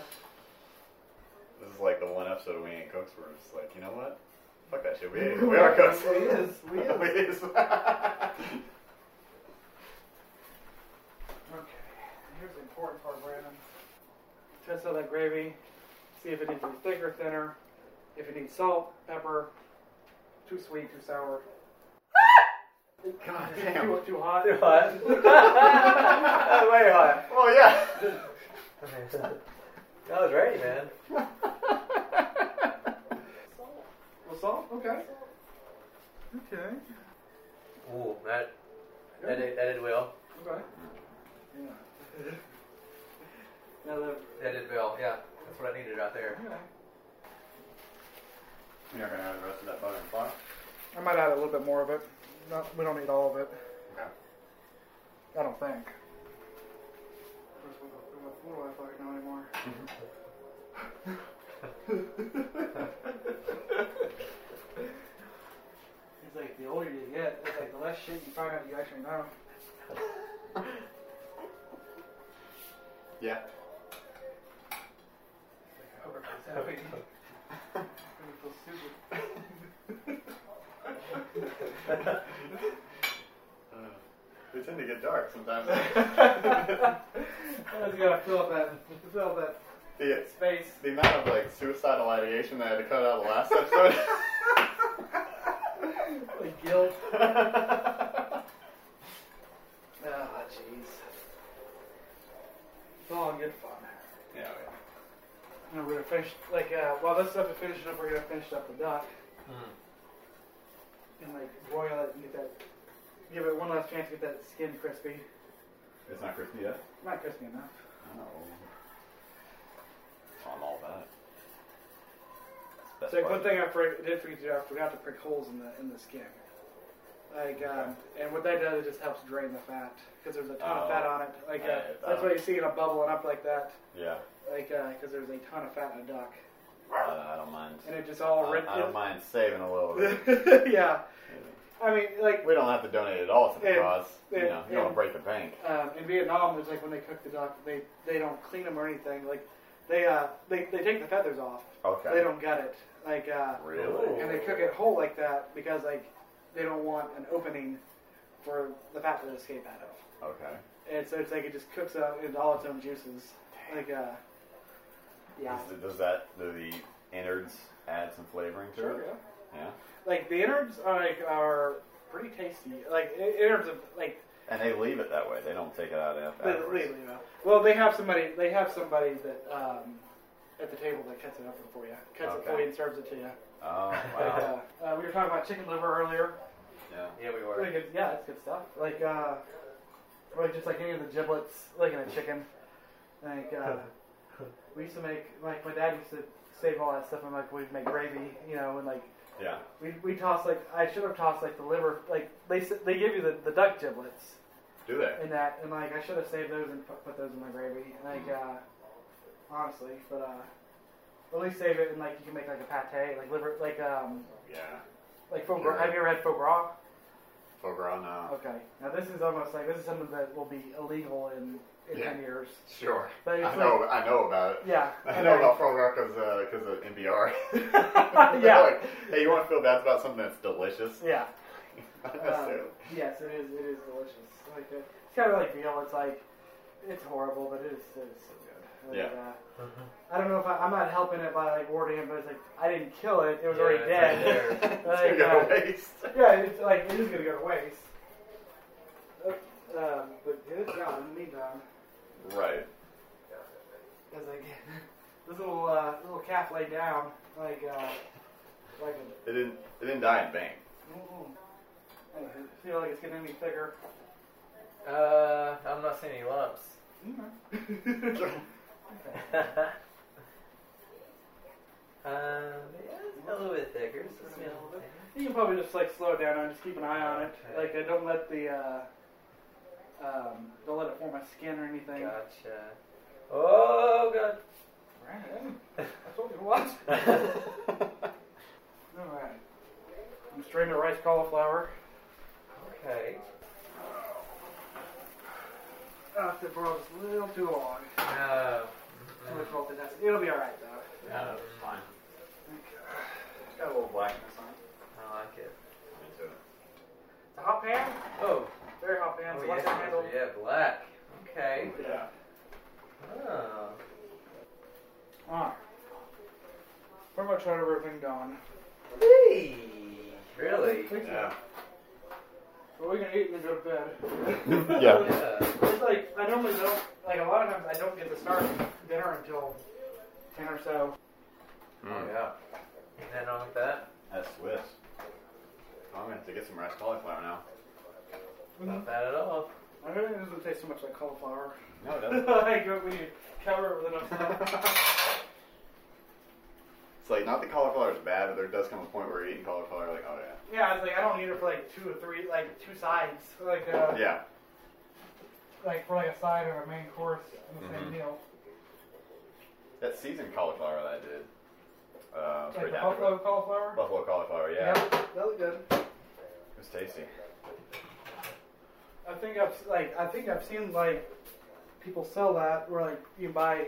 This is like the one episode of we ain't cooks where it's like, you know what? Fuck that shit. We, we are cooks. We is, we is. we is. okay, here's the important part, Brandon. Test out that gravy, see if it needs to be thicker, thinner, if it needs salt, pepper, too sweet, too sour. God damn. Too, too hot. Too hot. Way hot. Oh yeah. I was ready, man. Well, salt? Okay. Okay. Ooh, that That did, that did well. Okay. Yeah. now the That did well. Yeah, that's what I needed out there. okay. You're not gonna have the rest of that butter and flour. I might add a little bit more of it. Not, we don't need all of it. Okay. I don't think. What do I fucking know anymore? it's like the older you get, it's like the less shit you find out you actually know. Yeah. I hope everybody's happy. I'm gonna feel stupid. Uh. They tend to get dark sometimes. I just gotta fill up that, fill up that the, space. the amount of like suicidal ideation that I had to cut out of the last episode. Like guilt. Hmm, Ah, jeez. It's all in good fun. yeah. yeah. And we're gonna finish, like, uh, while this stuff is finishing up, we're gonna finish up the duck. And, like, boil it and get that, give it one last chance to get that skin crispy. It's not crispy yet. Not crispy enough. No. I'm all about it. So like, one thing I for- did forget to do, I forgot to prick holes in the in the skin. Like, um, and what that does, it just helps drain the fat because there's a ton of Oh. fat on it. Like, uh, Right, that's uh, why you see it a bubbling up like that. Yeah. Like, because there's a ton of fat in a duck, Uh, I don't mind. and it just all I, ripped. Oh, I don't mind saving a little bit. yeah, I mean, like We don't have to donate it all to the And- cause. You know, and- you don't and- break the bank. um, in Vietnam, there's like when they cook the duck, they they don't clean them or anything. Like, they uh they they take the feathers off. Okay. They don't gut it. Like, uh, Really? and they cook it whole like that because like they don't want an opening for the fat to escape out of. Okay. And so it's like it just cooks up into all its own juices. Like uh, yeah, Does, does that do the innards add some flavoring to sure, it? yeah. Yeah. Like the innards are like are pretty tasty. Like i- innards of like And they leave it that way. They don't take it out af- the, afterwards. you know. Well, they have somebody. They have somebody that um, at the table that cuts it up for you, cuts it for Okay. you, and serves it to you. Oh wow. Uh, uh, we were talking about chicken liver earlier. yeah. Yeah, we Really were. good, yeah, it's good stuff. Like, uh, like just like any of the giblets, like in a chicken. Like, uh, we used to make, like, my dad used to save all that stuff and, like, we'd make gravy, you know, and, like, Yeah. we we toss, like, I should have tossed, like, the liver, like, they s- they give you the, the duck giblets Do they? in that, and, like, I should have saved those and put, put those in my gravy. Like, uh, honestly, but, uh, at least save it and, like, you can make, like, a pate, like, liver, like, um, Yeah. like, foie gras. Have you ever had foie gras? Foie gras, no. Okay. Now this is almost like this is something that will be illegal in, in Yeah. ten years. Sure. But I it's know. I know about it. Yeah. I know about foie gras because of NBR. Yeah. Like, hey, you want to feel bad about something that's delicious? Yeah. Not Um, necessarily. yes, it is. It is delicious. Like uh, it's kind of like veal. It's like it's horrible, but it is, it is so good. Like, Yeah. Uh, Mm-hmm. I don't know if I, I'm not helping it by like warding it, but it's like I didn't kill it. It was Yeah, already it's dead. right there. it's gonna go to waste. uh, Yeah, it's like it is gonna go to waste. Uh, Um, but it is gone in the meantime. Right. Cause like this little uh, little calf laid down like uh, like a It didn't. It didn't die in vain. Mm-mm. I feel like it's getting any thicker. Uh, I'm not seeing any lumps. Mm-hmm. um, Um, yeah, it's got a little bit thicker. so it's been a little bit- You can probably just like slow it down and just keep an eye on it. Okay. Like uh, don't let the uh, um, don't let it form a skin or anything. Gotcha. Oh god. Right. I told you what. All right. I'm straining the rice cauliflower. okay. Uh, if it broiled just a little too long. Uh, um, Too much multitasking. It'll be all right though. no, fine. Got a little blackness on it. I like it. Me too. It's a hot pan. Oh, Very hot pan. oh so yeah, watch that handle. yeah, black. Okay. Yeah. Oh. All right. Pretty much had everything done. Hey, really? Yeah. Well, we can eat and go to bed. Yeah. Yeah. It's like I normally don't like a lot of times I don't get to start dinner until ten or so. Oh Mm. yeah. Ain't Mm. that wrong with that? That's Swiss. I'm gonna have to get some rice cauliflower now. Mm-hmm. Not bad at all. I really it doesn't taste so much like cauliflower. No, it doesn't. like when you cover it with enough stuff. It's like not that cauliflower is bad, but there does come a point where you're eating cauliflower, like, oh yeah, Yeah, it's like I don't need it for like two or three, like two sides, like uh, yeah. like for like a side or a main course in the same Mhm. meal. That seasoned cauliflower that I did, uh, I was Like pretty the happy buffalo with. cauliflower. Buffalo cauliflower, yeah, that looked good. it was tasty. I think I've like I think I've seen like people sell that where like you buy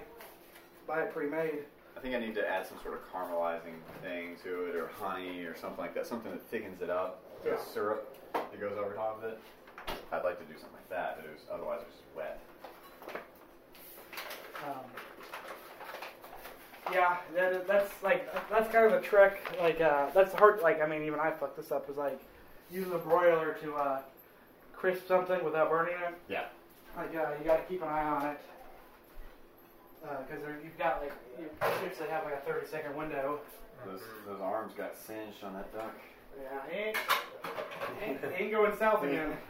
buy it pre-made. I think I need to add some sort of caramelizing thing to it, or honey, or something like that. Something that thickens it up. Yeah. The syrup that goes over top of it. I'd like to do something like that, but it was, otherwise it's just wet. Um, yeah, that is, that's like that's kind of a trick. Like uh, that's hard. Like I mean, even I fucked this up. Is like using a broiler to uh, crisp something without burning it. Yeah. Like uh, you got to keep an eye on it because there you've got like you seriously have like a thirty second window. Those, those arms got singed on that duck. Yeah, it ain't, ain't, it ain't going south again.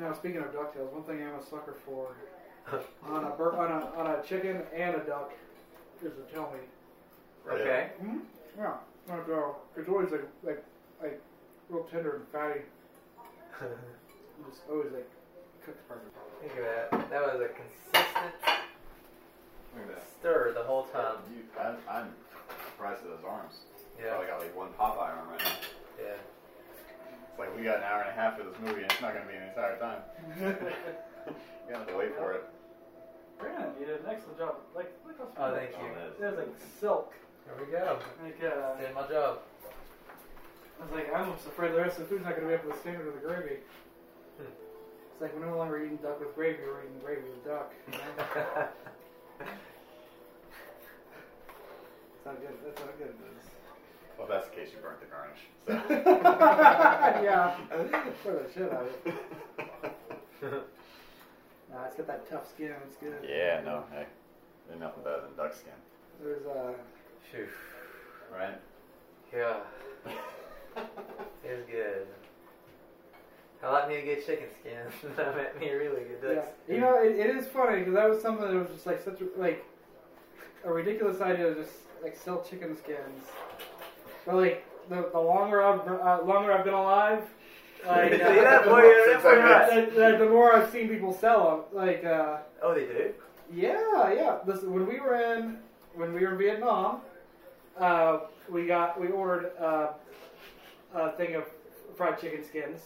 Now, speaking of ducktails, one thing I'm a sucker for on a, bur- on a on a chicken and a duck is a tell me. Okay. Mm-hmm. Yeah, like uh, it's always like like like real tender and fatty. It's always like cooked perfect. Think of that. That was a consistent Look at stir the whole that. time. You, I, I'm surprised at those arms. Oh, Yeah. Probably got like one Popeye arm right now. Yeah. It's like we got an hour and a half for this movie, and it's not going to be an entire time. you got to wait for it. Brandon, you did an excellent job. Like, look how Oh, thank you. Oh, It was like silk. There we go. Like, uh, Did my job. I was like, I'm almost afraid the rest of the food's not going to be up to the standard of the gravy. Hmm. It's like we're no longer eating duck with gravy, we're eating gravy with duck. That's how good, that's how good it is. Well, if that's the case, you burnt the garnish. So. yeah, for the shit out of it. Nah, it's got that tough skin, it's good. yeah, no, hey. There's nothing better than duck skin, There's, uh, Phew. right? Yeah. It was good. I like me to get chicken skins. that made me really good. That's yeah. You know, it, it is funny because that was something that was just like such a, like a ridiculous idea to just like sell chicken skins. But like the, the longer I've uh, longer I've been alive, like See uh, that the, boy? That boy the- right. the- the more I've seen people sell them, like uh, Oh, they do. yeah, yeah. Listen, when we were in when we were in Vietnam, uh, we got we ordered uh, a thing of fried chicken skins,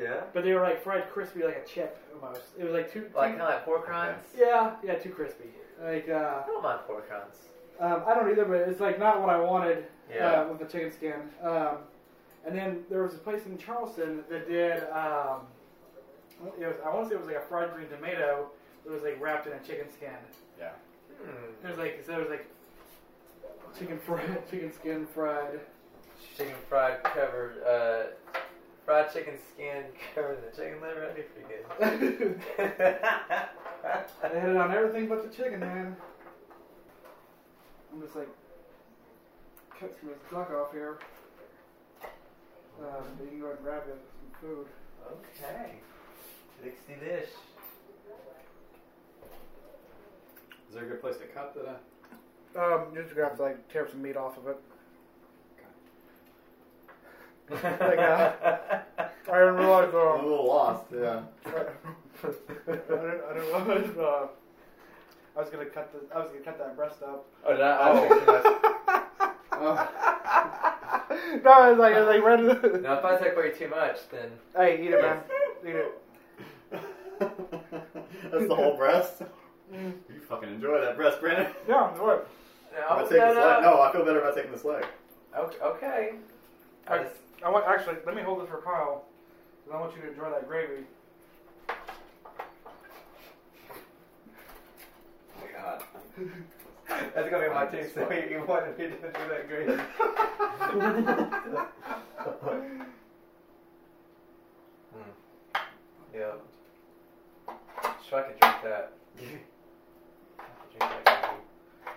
Yeah. but they were like fried crispy, like a chip almost. It was like two, Like kind of like pork rinds. Mm. yeah, yeah, too crispy. Like, uh, I don't mind pork rinds. um, I don't either, but it's like not what I wanted Yeah. uh, with the chicken skin. Um, and then there was a place in Charleston that did, um, it was, I want to say it was like a fried green tomato that was like wrapped in a chicken skin. Yeah. It Hmm. was like, so it was like chicken fried, chicken skin fried. Chicken fried covered. Uh, fried chicken skin covered in the chicken liver. That'd be pretty good. they yeah. had it on everything but the chicken, man. I'm just like, cut some of this duck off here. Um, but you can go ahead and grab it, some food. Okay. Sixty dish. Is there a good place to cut that? I... Um, you're just gonna have to like tear some meat off of it. I didn't realize. um, I'm a little lost, yeah. I didn't, I didn't realize. Uh, I was gonna cut the. I was gonna cut that breast up. Oh, did I? Oh. No, I was like, I was like, right. now, if I take away too much, then hey, eat it, man. Eat it. That's the whole breast? You fucking enjoy that breast, Brandon. Yeah, it's what? I'm gonna no, Oh, no, take this leg. no. No, I feel better about taking this leg. Okay. okay. I just, I want actually. Let me hold this for Kyle, because I want you to enjoy that gravy. God. oh that's gonna be my too. So you wanted me to do that great. Hmm? Hmm. Yeah. Sure, I could drink that. I could drink that.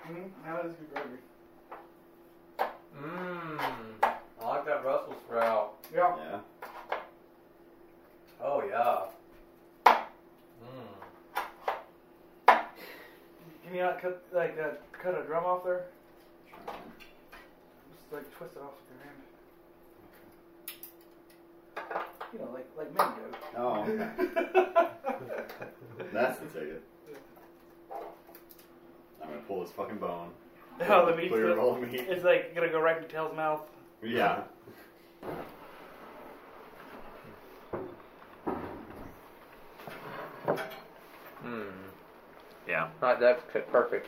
Mm, that is good gravy. Mmm. I Hmm. like that Brussels sprout. Oh, Yeah. Yeah. yeah. Mm. Can you not cut like uh, cut a drum off there? Just like twist it off with your hand. You know, like like men do. Oh, okay. Oh. That's the ticket. I'm gonna pull this fucking bone. the meat's Clear gonna- all the meat. It's like gonna go right into Tail's mouth. Yeah. Mm. Yeah. Not that fit perfect.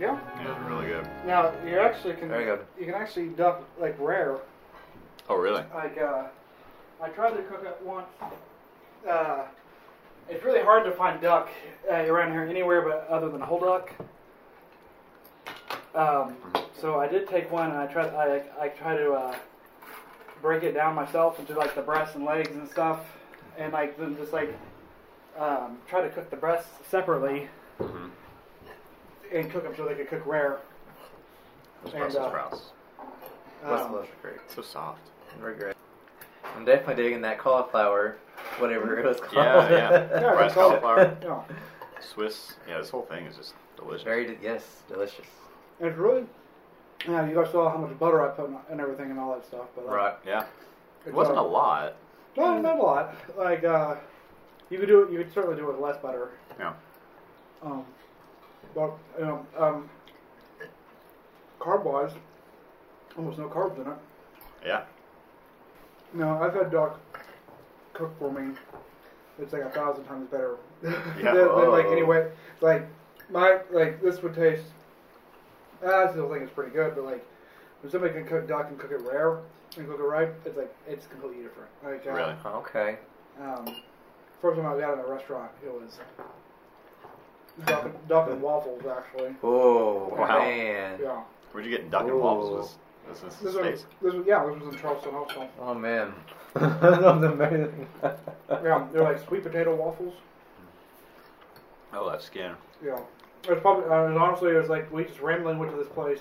Yeah. Yeah, really good. Now you actually can Very good. you can actually duck like rare. Oh, really? Like uh, I tried to cook it once. Uh, it's really hard to find duck uh, around here anywhere, but other than whole duck. Um, Mm-hmm. so I did take one and I tried I I tried to uh, break it down myself into like the breasts and legs and stuff, and like then just like um, try to cook the breasts separately Mm-hmm. and cook them so they could cook rare. Those And, Brussels uh, sprouts. What's Um, the luxury creek? So soft. Regret. I'm definitely digging that cauliflower, whatever it was called. Yeah, yeah. Yeah, Rice it's all- cauliflower, yeah. Swiss. Yeah, this whole thing is just delicious. Very, de- yes, delicious. It's really. Yeah, you guys saw how much butter I put in, and everything and all that stuff, but like, Right. yeah. it's, It wasn't a uh, lot. No, not a lot. Like uh, you could do it. You could certainly do it with less butter. Yeah. Um, but you know, um, carb wise, almost no carbs in it. Yeah. No, I've had duck cook for me. It's like a thousand times better than, than like Oh. anyway. Like my like this would taste. ah, I still think it's pretty good, but like when somebody can cook duck and cook it rare and cook it right, it's like it's completely different. Like, uh, Really? Okay. Um, first time I was out at a restaurant, it was duck, and- duck and waffles actually. Oh Wow. man. Yeah, Where'd you get duck and Ooh. waffles? This this this is was, space. this was yeah, this was in Charleston also. Oh man. that was amazing. Yeah, they're like sweet potato waffles. Oh, that skin. Yeah. It was probably, uh, it was honestly, it was like, we just randomly went to this place.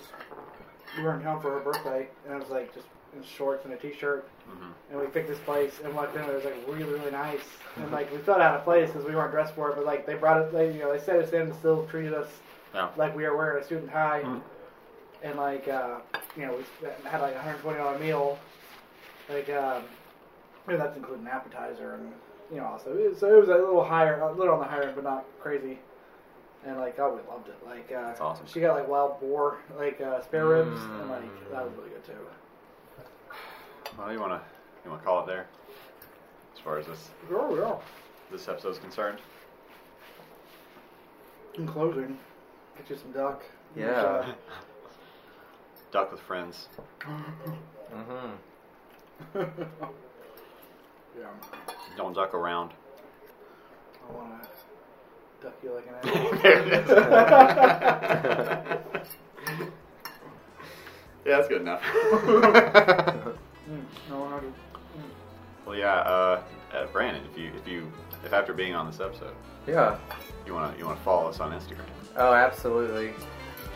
We were in town for her birthday, and it was like just in shorts and a t shirt. Mm-hmm. And we picked this place, and walked in, and it was like really, really nice. And like, we felt out of place because we weren't dressed for it, but like, they brought us, they, you know, they set us in and still treated us Yeah. like we were wearing a suit and tie. Mm. And like, uh, you know, we had like a $120 meal. Like, um, you know, that's including appetizer and, you know, so it, so it was a little higher, a little on the higher end, but not crazy. And like, oh, we loved it. Like, uh, That's awesome. She got like wild boar, like uh, spare ribs, and Mm. like that was really good too. Well, you wanna you wanna call it there? As far as this Sure, yeah. this episode's concerned. In closing, get you some duck. Yeah. Duck with friends. Mm-hmm. yeah. Don't duck around. I want to duck you like an animal. there it is. yeah, that's good enough. mm, I want to. well, yeah, uh, uh, Brandon, if you if you if after being on this episode, Yeah. you wanna you wanna follow us on Instagram, Oh, absolutely. you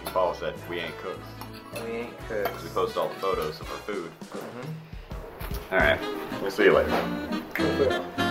can follow us at We Ain't Cooks And we ain't 'cause cooks. we post all the photos of our food. Mhm. All right, we'll see you later. Mm.